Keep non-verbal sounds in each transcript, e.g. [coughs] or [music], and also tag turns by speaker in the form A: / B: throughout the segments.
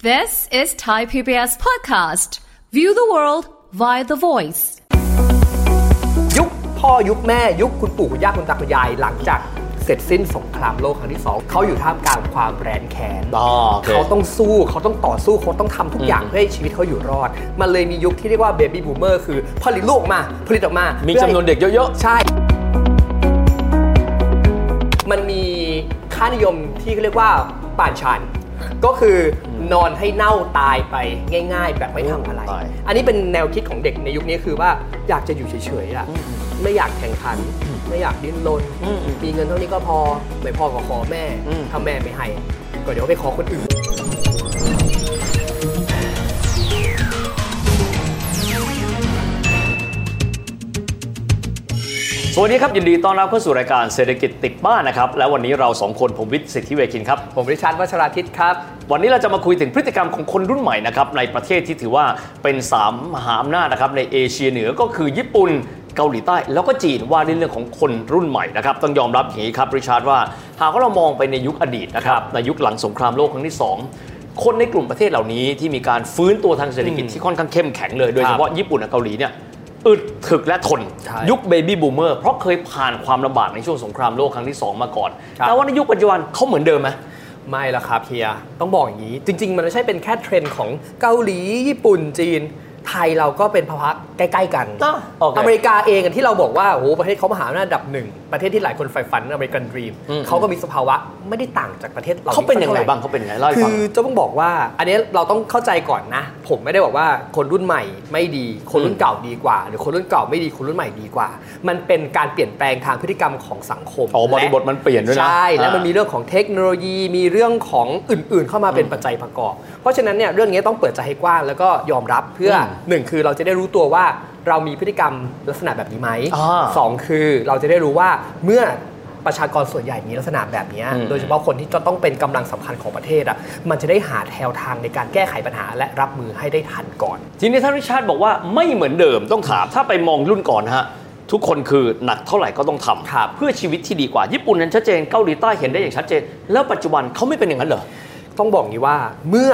A: This is Thai PBS podcast. View the world via the voice.
B: ยุคพ่อยุคแม่ยุคคุณปู่คุณย่าคุณตาคุณยายหลังจากเสร็จสิ้นสงครามโลกครั้งที่สองเขาอยู่ท่ามกลางความแรนแค้น
C: อ๋อโอเค
B: เขาต้องสู้เขาต้องต่อสู้เขาต้องทำทุกอย่างเพื่อให้ชีวิตเขาอยู่รอด มันเลยมียุคที่เรียกว่าเบบี้บูมเมอร์คือผลิตลูกออกมา ผลิตออกมา
C: มี
B: พื่อ
C: จำ
B: ให้
C: นวนเด็กเยอะ
B: ใช่ มันมีค่านิยมที่เรียกว่าป่านชันก็คือนอนให้เน่าตายไปง่าย ๆ แบบไม่ทำอะไร
C: ตาย
B: อันนี้เป็นแนวคิดของเด็กในยุคนี้คือว่าอยากจะอยู่เฉยๆอ่ะไม่อยากแข่งขัน ไม่อยากดิ้นรนมีเงินเท่านี้ก็พอ ไม่พอก็ขอแม่ถ้าแม่ไม่ให้ก็เดี๋ยวไปขอคนอื่น
C: ๆ สวัสดีครับ ยินดีต้อนรับเข้าสู่รายการเศรษฐกิจติดบ้านนะครับ และวันนี้เราสองคนผมวิทย์สิทธิเวคินครับ
B: ผมริชาร์ดวัชราทิตครับ
C: วันนี้เราจะมาคุยถึงพฤติกรรมของคนรุ่นใหม่นะครับในประเทศที่ถือว่าเป็นสามมหาอำนาจนะครับในเอเชียเหนือก็คือญี่ปุ่นเกาหลีใต้ แล้วก็จีนว่าในเรื่องของคนรุ่นใหม่นะครับต้องยอมรับอย่างนี้ครับริชาร์ดว่าหากว่าเรามองไปในยุคอดีตนะครับในยุคหลังสงครามโลกครั้งที่สองคนในกลุ่มประเทศเหล่านี้ที่มีการฟื้นตัวทางเศรษฐกิจที่ค่อนข้างเข้มแข็งเลยโดยเฉพาะญี่ปุ่นกับเกาหลีเนี่ยอึดถึกและทน
B: ใช่
C: ยุคเบบี้บูมเมอร์เพราะเคยผ่านความลำบากในช่วงสงครามโลกครั้งที่สองมาก่อนแต่ว่าในยุคปัจจุบันเขาเหมือนเดิมไหม
B: ไม่ละครับเฮีย ต้องบอกอย่างนี้ จริง ๆ มันไม่ใช่เป็นแค่เทรนด์ของเกาหลีญี่ปุ่นจีน ไทยเราก็เป็นภาวะใกล้ ๆ กัน
C: อ่ะโอเค
B: อเมริกาเองอะที่เราบอกว่าโอ้โหประเทศเขามหาอำนาจอันดับหนึ่ง ประเทศที่หลายคนใฝ่ฝันอเมริกันดรีม
C: อืม
B: เขาก็มีสภาวะไม่ได้ต่างจากประเทศเรา
C: เขาเป็นยังไง
B: สักท่หร่
C: บ้างเขาเป็นยังไงเล่าให้
B: คื
C: ฟัง
B: อจะต้องบอกว่าอันนี้เราต้องเข้าใจก่อนนะ ผมไม่ได้บอกว่าคนรุ่นใหม่ไม่ดี คนรุ่นเก่าดีกว่า หรือคนรุ่นเก่าไม่ดีคนรุ่นใหม่ดีกว่า มันเป็นการเปลี่ยนแปลงทางพฤติกรรมของสังคม
C: อ๋อ
B: และ
C: บริบทมันเปลี่ยนด้วยนะ
B: ใช่และ
C: อ่ามั
B: มันมีเรื่องของเทคโนโลยีมีเรื่องของอื่น ๆ เข้ามาเป็นปัจจัยประกอบ เพราะฉะนั้นเนี่ยเรื่องนี้ต้องเปิดใจให้กว้างแล้วก็ยอมรับเพื่ออหนึ่งคือเราจะได้รู้ตัวว่าเรามีพฤติกรรมลักษณะแบบนี้ไหม
C: อ่า
B: สองคือเราจะได้รู้ว่าเมื่อประชากรส่วนใหญ่มีลักษณะแบบเนี้ย
C: อืม
B: โดยเฉพาะคนที่จะต้องเป็นกำลังสำคัญของประเทศอ่ะมันจะได้หาแนวทางในการแก้ไขปัญหาและรับมือให้ได้ทันก่อน
C: ทีนี้ท่านริชาร์ดบอกว่าไม่เหมือนเดิมต้องถามถ้าไปมองรุ่นก่อนนะฮะ ทุกคนคือหนักเท่าไหร่ก็ต้องท
B: ครับ
C: ำเพื่อชีวิตที่ดีกว่าญี่ปุ่นนั้นชัดเจนเกาหลีใต้เห็นได้อย่างชัดเจน แล้วปัจจุบันเขาไม่เป็นอย่างนั้นเหรอ
B: ต้องบอกอย่างนี้ว่าเมื่อ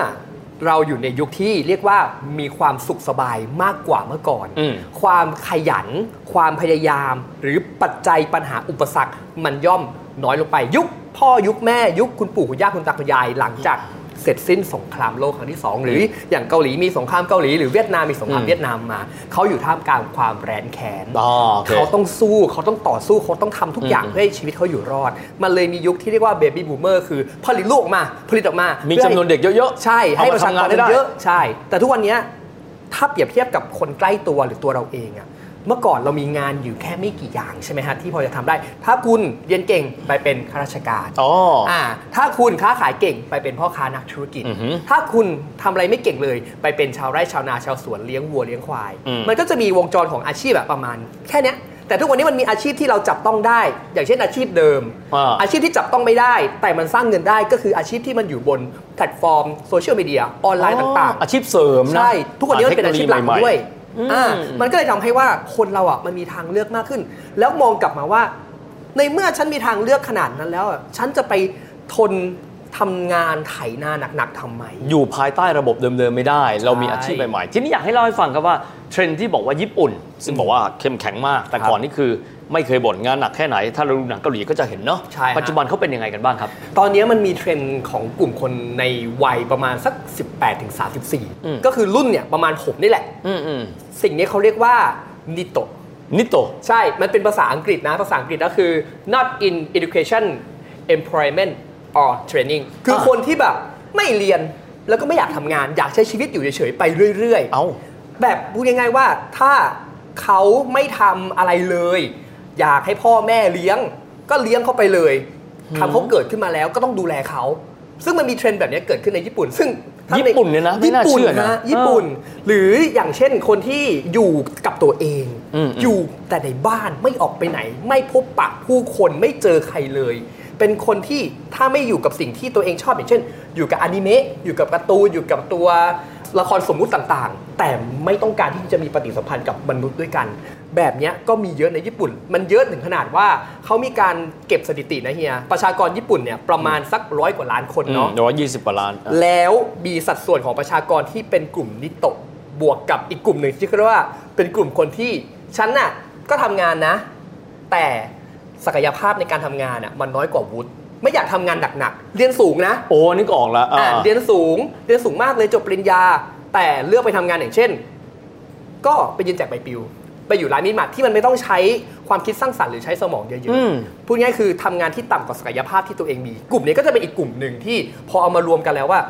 B: เราอยู่ในยุคที่เรียกว่ามีความสุขสบายมากกว่าเมื่อก่อน
C: อืม
B: ความขยัน ความพยายาม หรือปัจจัยปัญหาอุปสรรค มันย่อมน้อยลงไป ยุคพ่อยุคแม่ยุคคุณปู่คุณย่าคุณตาคุณยายหลังจากเสร็จสิ้นสงครามโลกครั้งที่สองหรืออย่างเกาหลีมีสงครามเกาหลีหรือเวียดนามมีสงคราม
C: อืม
B: เวียดนามมาเขาอยู่ท่ามกลางความแรนแค้น
C: อ๋อโอเค
B: เขาต้องสู้เขาต้องต่อสู้เขาต้องทำทุกอย่างเพื่อให้ชีวิตเขาอยู่รอด มันเลยมียุคที่เรียกว่าเบบี้บูมเมอร์คือผลิตลูกออกมา ผลิตออกมา
C: มี
B: มี
C: จำนวนเด็กเยอะๆ
B: ใช่ให้
C: เอา
B: ป
C: มา
B: ระชาก
C: ทำงาร นให้ได้
B: เยอะๆใช่ แต่ทุกวันเนี้ยถ้าเปรียบเทียบกับคนใกล้ตัวหรือตัวเราเองอะเมื่อก่อนเรามีงานอยู่แค่ไม่กี่อย่างใช่ไหมฮะที่พอจะทำได้ ถ้าคุณเรียนเก่งไปเป็นข้าราชการ
C: อ๋อ
B: อ่าถ้าคุณค้าขายเก่งไปเป็นพ่อค้านักธุรกิจ
C: อือหือ
B: ถ้าคุณทำอะไรไม่เก่งเลย ไปเป็นชาวไร่ชาวนาชาวสวนเลี้ยงวัวเลี้ยงควาย
C: อืม
B: มันก็จะมีวงจรของอาชีพแบบประมาณ แค่เนี้ยแต่ทุกวันนี้มันมีอาชีพที่เราจับต้องได้ อย่างเช่นอาชีพเดิม
C: อ่า
B: ชีพที่จับต้องไม่ได้ แต่มันสร้างเงินได้ก็คืออาชีพที่มันอยู่บนแพลตฟอร์มโซเชียลมีเดียออนไลน์ต่างๆ
C: อาชีพเสริมนะ
B: ใช่ ทุกวันนี้มันเป็นอาชีพหลัก
C: เทคโนโลยีใม่ๆ
B: ด้วย
C: อืม
B: อ่ามันก็เลยทำให้ว่าคนเราอ่ะมันมีทางเลือกมากขึ้น แล้วมองกลับมาว่า ในเมื่อฉันมีทางเลือกขนาดนั้นแล้วอ่ะฉันจะไปทนทำงานไถนาหนักๆทำไม
C: อยู่ภายใต้ระบบเดิมๆไม่ได้ เรามีอาชีพใหม่ๆ ทีนี้อยากให้เล่าให้ฟังครับว่าเทรนด์ที่บอกว่าญี่ปุ่น ซึ่งบอกว่าเข้มแข็งมาก แต่ก่อนนี่คือไม่เคยบ่นงานหนักแค่ไหน ถ้าเราดูหนังเกาหลีก็จะเห็นเนาะ
B: ใช่ฮะ
C: ปัจจุบันเขาเป็นยังไงกันบ้างครับ
B: ตอนนี้มันมีเทรนด์ของกลุ่มคนในวัยประมาณสัก 18-34ถึง
C: อืม
B: 34 ก็คือรุ่นเนี่ยประมาณผมนี่แหละ
C: อืมอืม
B: สิ่งนี้เขาเรียกว่านิโตะ
C: นิโตะ
B: ใช่ มันเป็นภาษาอังกฤษนะ ภาษาอังกฤษก็คือ not in education employment or training คือ
C: อ่า
B: คนที่แบบไม่เรียนแล้วก็ไม่อยากทำงาน อยากใช้ชีวิตอยู่เฉยๆ ไปเรื่อยๆ
C: เอ้า
B: แบบพูดง่ายๆว่าถ้าเขาไม่ทำอะไรเลย อยากให้พ่อแม่เลี้ยง ก็เลี้ยงเขาไปเลยทำเขาเกิดขึ้นมาแล้วก็ต้องดูแลเขา ซึ่งมันมีเทรนด์แบบนี้เกิดขึ้นในญี่ปุ่น ซึ่งทั้งใ
C: ญี่ปุ่นเนี่ยนะไม่
B: ญี่
C: น่า
B: ปุ่น
C: เชื่อนะ
B: ฮญี่ปุ่น หรืออย่างเช่นคนที่อยู่กับตัวเอง
C: อืม
B: อยู่แต่ในบ้านไม่ออกไปไหน ไม่พบปะผู้คนไม่เจอใครเลย เป็นคนที่ถ้าไม่อยู่กับสิ่งที่ตัวเองชอบอย่างเช่น อยู่กับอนิเมะอยู่กับการ์ตูนอยู่กับตัวละครสมมุติต่างๆ แต่ไม่ต้องการที่จะมีปฏิสัมพันธ์กับมนุษย์ด้วยกัน แบบเนี้ยก็มีเยอะในญี่ปุ่น มันเยอะถึงขนาดว่าเขามีการเก็บสถิตินะเฮีย ประชากรญี่ปุ่นเนี่ยประมาณสักร้อยกว่าล้านคนเนาะ
C: ร้อยยี่สิบกว่าล้านอ่ะ
B: แล้วมีสัดส่วนของประชากรที่เป็นกลุ่มนิโตะบวกกับอีกกลุ่มหนึ่งที่เรียกว่าเป็นกลุ่มคนที่ฉันน่ะก็ทำงานนะ แต่ศักยภาพในการทำงานอ่ะมันน้อยกว่าวุฒิไม่อยากทำงานหนักๆเรียนสูงนะ
C: โอ้นึกออกแล้วอ่า
B: อ่ะเรียนสูงเรียนสูงมากเลยจบปริญญา แต่เลือกไปทำงานอย่างเช่น ก็ไปยืนแจกใบปลิว ไปอยู่ร้านมินิมาร์ทที่มันไม่ต้องใช้ความคิดสร้างสรรค์หรือใช้สมองเยอะ
C: อืม
B: ๆ พูดง่ายคือทำงานที่ต่ำกว่าศักยภาพที่ตัวเองมี กลุ่มนี้ก็จะเป็นอีกกลุ่มหนึ่งที่พอเอามารวมกันแล้วว่า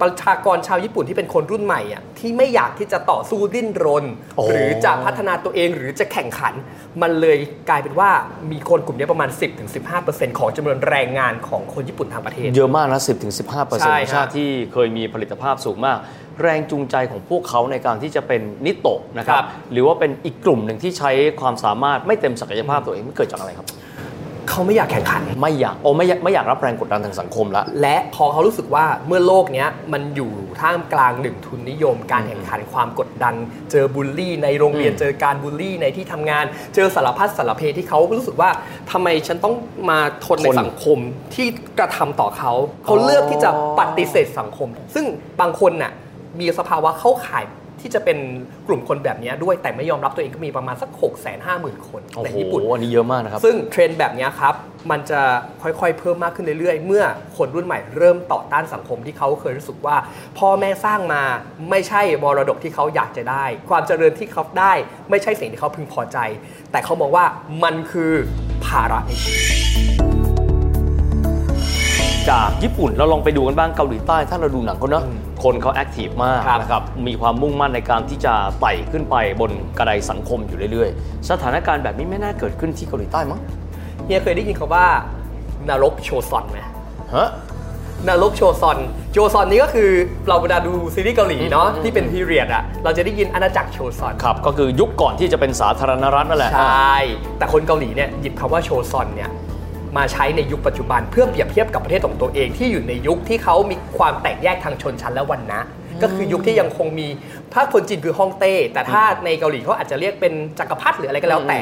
B: ประชากรชาวญี่ปุ่นที่เป็นคนรุ่นใหม่อะที่ไม่อยากที่จะต่อสู้ดิ้นรน
C: โอ้
B: หรือจะพัฒนาตัวเองหรือจะแข่งขัน มันเลยกลายเป็นว่ามีคนกลุ่มนี้ประมาณ 10-15%ของจำนวนแรงงานของคนญี่ปุ่นทางประเทศ
C: เยอะมากนะ10ถึง15เปอร์เซ็น
B: ใช่
C: ต์
B: ฮะ
C: ชาติที่เคยมีผลิตภาพสูงมาก แรงจูงใจของพวกเขาในการที่จะเป็นนิโตะนะครับ
B: ครับ
C: หรือว่าเป็นอีกกลุ่มหนึ่งที่ใช้ความสามารถไม่เต็มศักยภาพตัวเองมันเกิดจากอะไรครับ
B: เขาไม่อยากแข่งขัน
C: ไม่อยากโอ้ไม่อยากไม่อยากรับแรงกดดันทางสังคมละ
B: และพอเขารู้สึกว่าเมื่อโลกเนี้ยมันอยู่ท่ามกลางหนึ่งทุนนิยม การแข่งขันความกดดัน เจอบูลลี่ ในโรงเรียน
C: อืม
B: เจอการบูลลี่ในที่ทำงาน เจอสารพัดสารเพที่เขารู้สึกว่าทำไมฉันต้องมาทนในสังคมที่กระทำต่อเขา เขาเลือกที่จะปฏิเสธสังคม ซึ่งบางคนน่ะมีสภาวะเข้าข่ายที่จะเป็นกลุ่มคนแบบเนี้ยด้วยแต่ไม่ยอมรับตัวเองก็มีประมาณสัก 6 5 0 0 0 0 คน
C: โอ้
B: ใน
C: โห
B: ญี่ปุ่น
C: อันนี้เยอะมากนะครับ
B: ซึ่งเทรนด์แบบเนี้ยครับ มันจะค่อยๆ เพิ่มมากขึ้นเรื่อยๆ เมื่อคนรุ่นใหม่เริ่มต่อต้านสังคมที่เขาเคยรู้สึกว่า พ่อแม่สร้างมาไม่ใช่มรดกที่เขาอยากจะได้ ความเจริญที่เขาได้ ไม่ใช่สิ่งที่เขาพึงพอใจ แต่เขามองว่ามันคือภาระในชีวิต
C: จากญี่ปุ่นเราลองไปดูกันบ้างเกาหลีใต้ถ้าเราดูหนังเขาเนอะ
B: อืม
C: คนเขาแอคทีฟมาก
B: ครับ
C: นะครับมีความมุ่งมั่นในการที่จะไต่ขึ้นไปบนกระไดสังคมอยู่เรื่อยๆ สถานการณ์แบบนี้ไม่น่าเกิดขึ้นที่เกาหลีใต้มั้ง
B: เฮียเคยได้ยินคำว่านรกโชซอนไหม
C: ฮะ
B: นรกโชซอน โชซอนนี่ก็คือเราเวลาดูซีรีส์เกาหลีเนาะ
C: อืม
B: ที่เป็นพีเรียดอะเราจะได้ยินอาณาจักรโชซอน
C: ครับก็คือยุคก่อนที่จะเป็นสาธารณรัฐนั่นแหละ
B: ใช่ แต่คนเกาหลีเนี่ยหยิบคำว่าโชซอนเนี่ยมาใช้ในยุคปัจจุบันเพื่อเปรียบเทียบกับประเทศของตัวเองที่อยู่ในยุคที่เขามีความแตกแยกทางชนชั้นและวรรณะก็คือยุคที่ยังคงมีถ้าคนจีนคือฮ่องเต้ แต่ถ้าในเกาหลีเขาอาจจะเรียกเป็นจักรพรรดิหรืออะไรก็แล้วแต่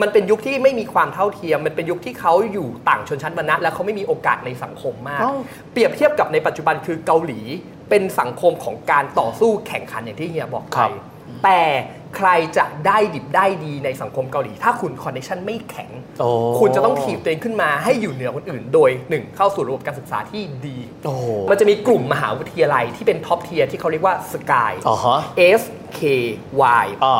B: มันเป็นยุคที่ไม่มีความเท่าเทียม มันเป็นยุคที่เขาอยู่ต่างชนชั้นวรรณะและเขาไม่มีโอกาสในสังคมมาก เปรียบเทียบกับในปัจจุบันคือเกาหลีเป็นสังคมของการต่อสู้แข่งขันอย่างที่เฮียบอก
C: ครับ
B: แต่ใครจะได้ดิบได้ดีในสังคมเกาหลี ถ้าคุณคอนเนคชันไม่แข็ง
C: โอ้
B: คุณจะต้องถีบตัวเองขึ้นมาให้อยู่เหนือคนอื่น โดย 1 เข้าสู่ระบบการศึกษาที่ดี
C: โอ้โห
B: มันจะมีกลุ่มมหาวิทยาลัยที่เป็นท็อปเทียร์ที่เขาเรียกว่าสกาย
C: อ่าฮะ
B: S K Y
C: อ่า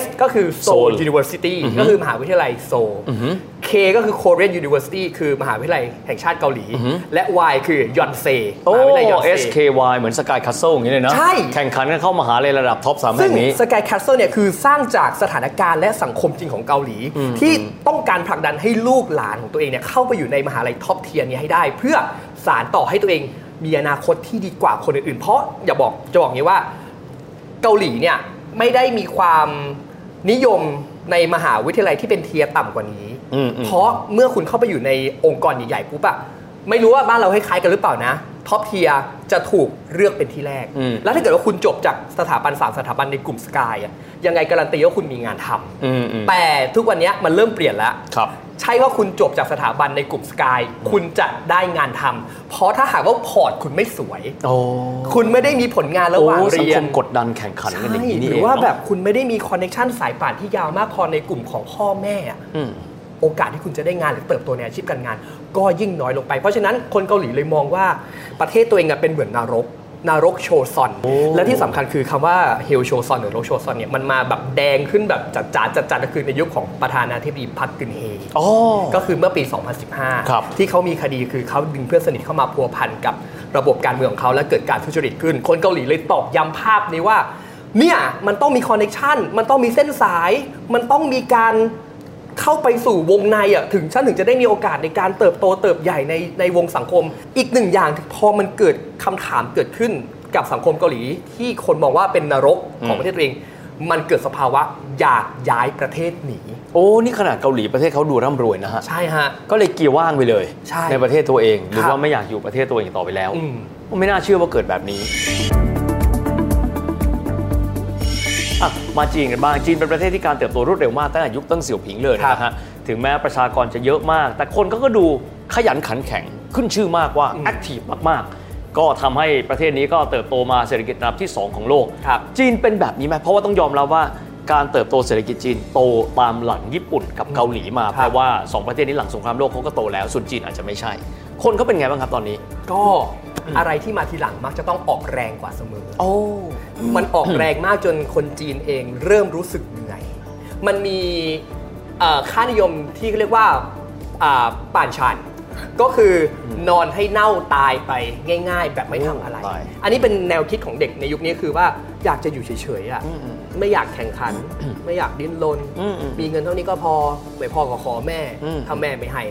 B: S ก็คือ Seoul
C: Seoul
B: University ก็คือมหาวิทยาลัยโซล
C: อือฮึ
B: K ก็คือ Korean University คือมหาวิทยาลัยแห่งชาติเกาหลี และ Y คือยอนเซ
C: โอ้
B: มหาวิทยาลัยยอนเซ
C: SKY เหมือนสกายคัสเซิลอย่างนี้เลยนะ
B: ใช่
C: แข่งขันกันเข้ามหาเลยระดับท็อปสาม
B: ซึ่
C: แห่
B: ง
C: งนี้
B: สกายแคสเซิลเนี่ยคือสร้างจากสถานการณ์และสังคมจริงของเกาหลี ที่ต้องการผลักดันให้ลูกหลานของตัวเองเนี่ยเข้าไปอยู่ในมหาลัยท็อปเทียร์นี้ให้ได้ เพื่อสารต่อให้ตัวเองมีอนาคตที่ดีกว่าคนอื่นๆ เพราะอย่าบอกจะบอกอย่างนี้ว่า เกาหลีเนี่ยไม่ได้มีความนิยมในมหาวิทยาลัยที่เป็นเทียร์ต่ำกว่านี้
C: อืมอืม
B: เพราะเมื่อคุณเข้าไปอยู่ในองค์กรใหญ่ๆปุ๊บอะไม่รู้ว่าบ้านเราคล้ายๆกันหรือเปล่านะท็อปเทียจะถูกเลือกเป็นที่แรก
C: อืม
B: แล้วถ้าเกิดว่าคุณจบจากสถาบันสามสถาบันในกลุ่มสกายอะยังไงการันตีว่าคุณมีงานทำ
C: อืมอืม
B: แต่ทุกวันเนี้ยมันเริ่มเปลี่ยนแล้ว
C: ครับ
B: ใช่ว่าคุณจบจากสถาบันในกลุ่มสกายคุณจะได้งานทำเพราะถ้าหากว่าพอร์ตคุณไม่สวย
C: โอ้
B: คุณไม่ได้มีผลงานระหว่าง
C: โอ้สัง
B: เรีย
C: คน มกดดันแข่งขันกันอย่างนี้นี่
B: ห
C: เอง
B: รือว่า
C: เนะ
B: แบบคุณไม่ได้มีคอนเน t ชันสายป่านที่ยาวมากพอในกลุ่มของพ่อแม่อะ
C: อืม
B: โอกาสที่คุณจะได้งานหรือเติบโตในอาชีพการงาน ก็ยิ่งน้อยลงไป เพราะฉะนั้นคนเกาหลีเลยมองว่าประเทศตัวเองอะเป็นเหมือนนรกนรกโชซอน
C: โอ้
B: และที่สำคัญคือคำว่าเฮลโชซอนหรือโรกโชซอนเนี่ยมันมาแบบแดงขึ้นแบบจัดจ้าจัดจ้าก็คือในยุคของประธานาธิบดีพักกึนเฮ
C: อ๋อ
B: ก็คือเมื่อปี
C: ครับ
B: 2015 ที่เขามีคดีคือเขาดึงเพื่อนสนิทเข้ามาพัวพันกับระบบการเมืองของเขาและเกิดการทุจริตขึ้น คนเกาหลีเลยตอกย้ำภาพนี้ว่า เนี่ย มันต้องมีคอนเน็ชันมันต้องมีเส้นสาย มันต้องมีการเข้าไปสู่วงในอ่ะถึงฉันถึงจะได้มีโอกาสในการเติบโตเติบใหญ่ในในวงสังคม อีกหนึ่งอย่างที่พอมันเกิดคำถามเกิดขึ้นกับสังคมเกาหลี ที่คนมองว่าเป็นนรกของประเทศตัวเอง มันเกิดสภาวะอยากย้ายประเทศหนี
C: โอ้นี่ขนาดเกาหลีประเทศเขาดูร่ำรวยนะฮะ
B: ใช่ฮะ
C: ก็เลยเกียร์ว่างไปเลย
B: ใช่
C: ประเทศตัวเอง หรื
B: ค
C: อ
B: รับ
C: ว่าไม่อยากอยู่ประเทศตัวเองต่อไปแล้ว
B: อืม
C: ไม่น่าเชื่อว่าเกิดแบบนี้ อ่ะมาจีนกันบ้างจีนเป็นประเทศที่การเติบโตรวดเร็วมากตั้งแต่ยุคตั้งเสี่ยวผิงเลยนะ
B: ครั
C: ฮะ
B: บ
C: ถึงแม้ประชากรจะเยอะมาก แต่คนก็ดูขยันขันแข็งขึ้นชื่อมากว่าแอคทีฟมากๆ ก็ทำให้ประเทศนี้ก็เติบโตมาเศรษฐกิจอันดับที่ 2 ของโลก
B: ครับ
C: จีนเป็นแบบนี้ไหมเพราะว่าต้องยอมรับว่าการเติบโตเศรษฐกิจจีนโตตามหลังญี่ปุ่นกับเกาหลีมา
B: ครับ
C: เพราะว่าสองประเทศนี้หลังสงครามโลกเขาก็โตแล้วส่วนจีนอาจจะไม่ใช่ คนเขาเป็นไงบ้างครับตอนนี้
B: ก็อะไรที่มาทีหลังมักจะต้องออกแรงกว่าเสมอ
C: โอ้
B: มันออกแรงมากจนคนจีนเองเริ่มรู้สึกเหนื่อย มันมีเอ่อค่านิยมที่เรียกว่าอ่าป่านชัน ก็คือนอนให้เน่าตายไปง่าย ๆ แบบไม่ทำอะไร
C: ตาย
B: อันนี้เป็นแนวคิดของเด็กในยุคนี้คือว่าอยากจะอยู่เฉยๆอ่ะ ไม่อยากแข่งขัน ไม่อยากดิ้นรน
C: อืมอืม
B: มีเงินเท่านี้ก็พอไปพ่อก็ขอแม่
C: อืม
B: ถ้าแม่ไม่ให้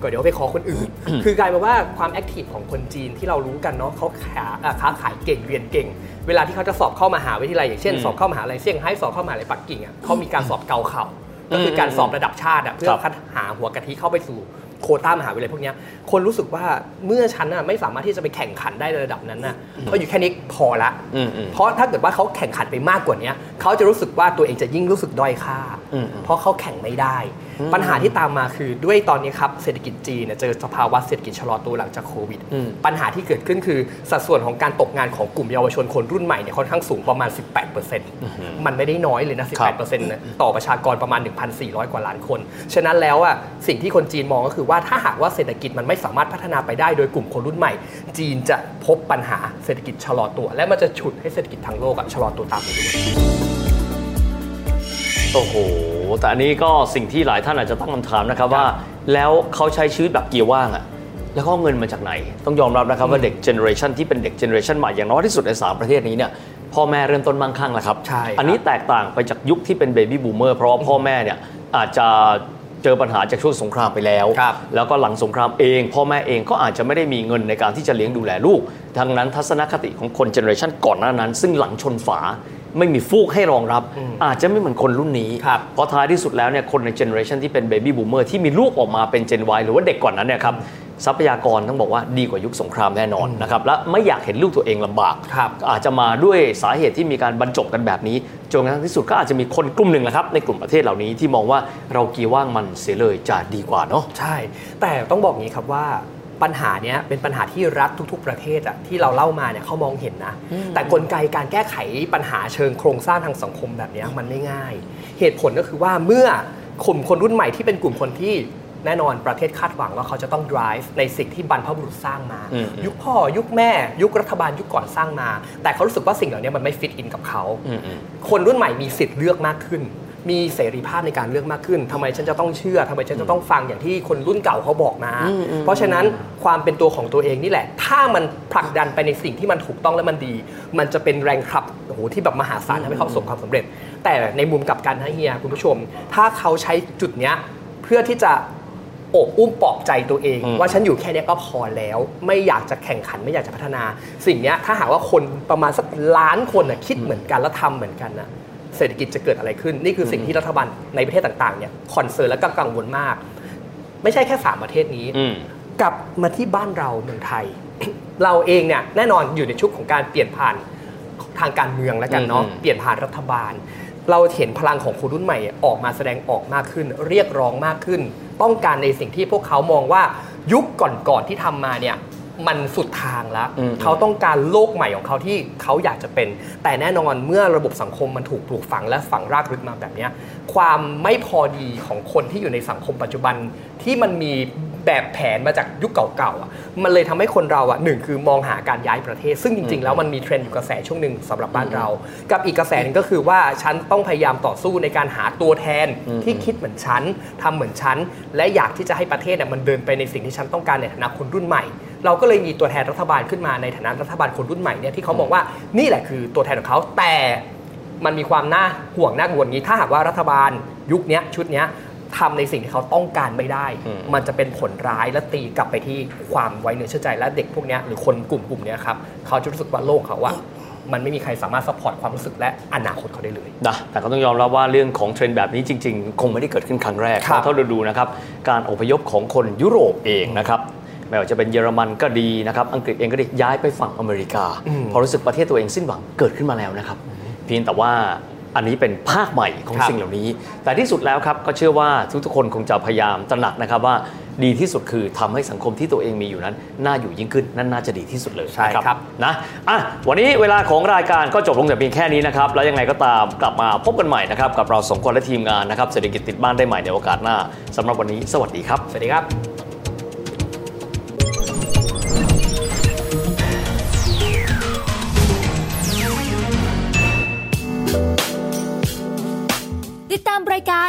B: ก็เดี๋ยวไปขอคนอื่น [coughs] คือกลายมาว่าความแอคทีฟของคนจีนที่เรารู้กันเนาะเขาขาอ่าค้าขายเก่งเรียนเก่ง เวลาที่เขาจะสอบเข้ามหาวิทยาลัยอย่างเช่น
C: อืม
B: สอบเข้ามหาลัยเซี่ยงไฮ้สอบเข้ามหาลัยปักกิ่งอ่ะเขามีการสอบเกาเข่าก็คือการสอบระดับชาติอ่ะเพื่
C: ค
B: อ
C: รับ
B: คัดหาหัวกะทิเข้าไปสู่โควต้ามหาวิทยาลัยพวกเนี้ยคนรู้สึกว่าเมื่อฉันน่ะไม่สามารถที่จะไปแข่งขันได้ในระดับนั้นน่ะก็อยู่แค่นี้พอละ
C: อืมอืม
B: เพราะถ้าเกิดว่าเขาแข่งขันไปมากกว่าเนี้ยเขาจะรู้สึกว่าตัวเองจะยิ่งรู้สึกด้อยค่า
C: อืม
B: เพราะเขาแข่งไม่ได้ ปัญหาที่ตามมาคือด้วยตอนนี้ครับเศรษฐกิจจีนเนี่ยเจอสภาวะเศรษฐกิจชะลอตัวหลังจากโควิด
C: อืม
B: ปัญหาที่เกิดขึ้นคือสัดส่วนของการตกงานของกลุ่มเยาวชนคนรุ่นใหม่เนี่ยค่อนข้างสูงประมาณ 18%มันไม่ได้น้อยเลยนะ 18%นะต่อประชากรประมาณ 1,400 กว่าล้านคน ฉะนั้นแล้วอ่ะสิ่งที่คนจีนมองก็คือว่าถ้าหากว่าเศรษฐกิจมันไม่สามารถพัฒนาไปได้โดยกลุ่มคนรุ่นใหม่ จีนจะพบปัญหาเศรษฐกิจชะลอตัว และมันจะฉุดให้เศรษฐกิจทั้งโลกอ่ะชะลอตัวตามไปด้วย
C: โอ้โห แต่อันนี้ก็สิ่งที่หลายท่านอาจจะตั้งคำถามนะครับว่า แล้วเขาใช้ชีวิตแบบเกียร์ว่างอะแล้วเขาเอาเงินมาจากไหน ต้องยอมรับนะครับว่าเด็กเจเนอเรชันที่เป็นเด็กเจเนอเรชันใหม่อย่างน้อยที่สุดในสามประเทศนี้เนี่ยพ่อแม่เริ่มต้นมั่งคั่งแล้วครับ
B: ใช่ครับ
C: อันนี้แตกต่างไปจากยุคที่เป็นเบบี้บูมเมอร์เพราะว่าพ่อแม่เนี่ยอาจจะเจอปัญหาจากช่วงสงครามไปแล้ว
B: ครับ
C: แล้วก็หลังสงครามเอง พ่อแม่เองก็อาจจะไม่ได้มีเงินในการที่จะเลี้ยงดูแลลูก ดังนั้นทัศนคติของคนเจเนอเรชันก่อนหน้านั้น ซึ่งหลังชนฝาไม่มีฟูกให้รองรับ อาจจะไม่เหมือนคนรุ่นนี้
B: ครับ
C: เพราะท้ายที่สุดแล้วเนี่ยคนในเจเนอเรชันที่เป็นเบบี้บูมเมอร์ที่มีลูกออกมาเป็นเจน Y หรือว่าเด็กก่อนนั้นเนี่ยครับทรัพยากรต้องบอกว่าดีกว่ายุคสงครามแน่นอนนะครับและไม่อยากเห็นลูกตัวเองลำบาก
B: ครับ
C: อาจจะมาด้วยสาเหตุที่มีการบรรจบกันแบบนี้จนกระทั่งที่สุดก็อาจจะมีคนกลุ่มหนึ่งแหละครับในกลุ่มประเทศเหล่านี้ที่มองว่าเราเกียร์ว่างมันเสียเลยจะดีกว่าเนาะ
B: ใช่ แต่ต้องบอกงี้ครับว่าปัญหาเนี้ยเป็นปัญหาที่รัฐทุก ๆ ประเทศอะที่เราเล่ามาเนี่ยเขามองเห็นนะ แต่กลไกการแก้ไขปัญหาเชิงโครงสร้างทางสังคมแบบเนี้ยมันไม่ง่าย เหตุผลก็คือว่าเมื่อกลุ่มคนรุ่นใหม่ที่เป็นกลุ่มคนที่แน่นอนประเทศคาดหวังว่าเขาจะต้อง drive ในสิ่งที่บรรพบุรุษสร้างมา
C: อืม
B: ยุคพ่อยุคแม่ ยุครัฐบาลยุคก่อนสร้างมา แต่เขารู้สึกว่าสิ่งเหล่านี้มันไม่ฟิตอินกับเขา คนรุ่นใหม่มีสิทธิ์เลือกมากขึ้น มีเสรีภาพในการเลือกมากขึ้น ทำไมฉันจะต้องเชื่อ ทำไมฉันจะต้องฟังอย่างที่คนรุ่นเก่าเขาบอกมา เพราะฉะนั้นความเป็นตัวของตัวเองนี่แหละ ถ้ามันผลักดันไปในสิ่งที่มันถูกต้องและมันดี มันจะเป็นแรงขับโอ้โหที่แบบมหาศาลทำให้เขาประสบความสำเร็จ แต่ในมุมกลับการนะเฮียคุณผู้ชม ถ้าเขาใช้จุดเนี้ยเพื่อที่จะโอบอุ้มปลอบใจตัวเอง
C: อืม
B: ว่าฉันอยู่แค่เนี้ยก็พอแล้ว ไม่อยากจะแข่งขันไม่อยากจะพัฒนา สิ่งเนี้ยถ้าหากว่าคนประมาณสักล้านคนน่ะคิดเหมือนกันแล้วทำเหมือนกันนะเศรษฐกิจจะเกิดอะไรขึ้น นี่คือสิ่งที่รัฐบาลในประเทศต่างๆเนี่ยคอนเซิร์นและก็กังวลมาก ไม่ใช่แค่สามประเทศนี้
C: อืม
B: กลับมาที่บ้านเราเมืองไทย [coughs] เราเองเนี่ยแน่นอนอยู่ในชุดของการเปลี่ยนผ่านทางการเมืองแล้วกันเนาะ
C: อืมอืม
B: เปลี่ยนผ่านรัฐบาล เราเห็นพลังของคนรุ่นใหม่ออกมาแสดงออกมากขึ้น เรียกร้องมากขึ้น ต้องการในสิ่งที่พวกเขามองว่ายุคก่อนๆที่ทำมาเนี่ยมันสุดทางแล้ว
C: อืม
B: เขาต้องการโลกใหม่ของเขาที่เขาอยากจะเป็น แต่แน่นอนเมื่อระบบสังคมมันถูกปลูกฝังและฝังรากลึกมาแบบเนี้ยความไม่พอดีของคนที่อยู่ในสังคมปัจจุบันที่มันมีแบบแผนมาจากยุคเก่าๆอ่ะมันเลยทำให้คนเราอ่ะหนึ่งคือมองหาการย้ายประเทศ ซึ่งจริงๆ แล้วมันมีเทรนด์อยู่กระแสช่วงหนึ่งสำหรับบ้านเรา กับอีกกระแสหนึงก็คือว่าฉันต้องพยายามต่อสู้ในการหาตัวแทนที่คิดเหมือนฉันทำเหมือนฉันและอยากที่จะให้ประเทศเนี่ยมันเดินไปในสิ่งที่ฉันต้องการในฐานะคนรุ่นใหม่ เราก็เลยมีตัวแทนรัฐบาลขึ้นมาในฐานะรัฐบาลคนรุ่นใหม่เนี่ยที่เขามองว่านี่แหละคือตัวแทนของเขาแต่มันมีความน่าห่วงน่ากังวลนี้ ถ้าหากว่ารัฐบาลยุคเนี้ยชุดเนี้ยทำในสิ่งที่เขาต้องการไม่ได้
C: อืม
B: มันจะเป็นผลร้ายและตีกลับไปที่ความไว้เนื้อเชื่อใจและเด็กพวกเนี้ยหรือคนกลุ่มกลุ่มเนี้ยครับเขาจะรู้สึกว่าโลกเขาอะมันไม่มีใครสามารถสปอร์ตความรู้สึกและอนาคตเขาได้เลย
C: นะแต่ก็ต้องยอมรับว่าเรื่องของเทรนด์แบบนี้จริง ๆ คงไม่ได้เกิดขึ้นครั้งแรก
B: ครับ
C: เท่าเราดูนะครับ การอพยพของคนยุโรปเองนะครับไม่ว่าจะเป็นเยอรมันก็ดีนะครับ อังกฤษเองก็ดีย้ายไปฝั่งอเมริกา
B: อืม
C: เพอรู้สึกประเทศตัวเองสิ้นหวังเกิดขึ้นมาแล้วนะครับ เพียงแต่ว่า อันนี้เป็นภาคใหม่ของ
B: ครับ
C: สิ่งเหล่านี้ แต่ที่สุดแล้วครับก็เชื่อว่าทุกๆคนคงจะพยายามตระหนักนะครับว่าดีที่สุดคือทำให้สังคมที่ตัวเองมีอยู่นั้น น่าอยู่ยิ่งขึ้นนั่นน่าจะดีที่สุดเลย
B: ใช่
C: นะครับ นะอ่ะวันนี้เวลาของรายการก็จบลงแต่เพียงแค่นี้นะครับแล้วยังไงก็ตามกลับมาพบกันใหม่นะครับกับเราสองคนและทีมงานนะครับเศรษฐกิจติดบ้านได้ใหม่ในโอกาสหน้าสำหรับวันนี้ สวัสดีครับ
B: สวัสดีครับ
D: ติดตามรายการ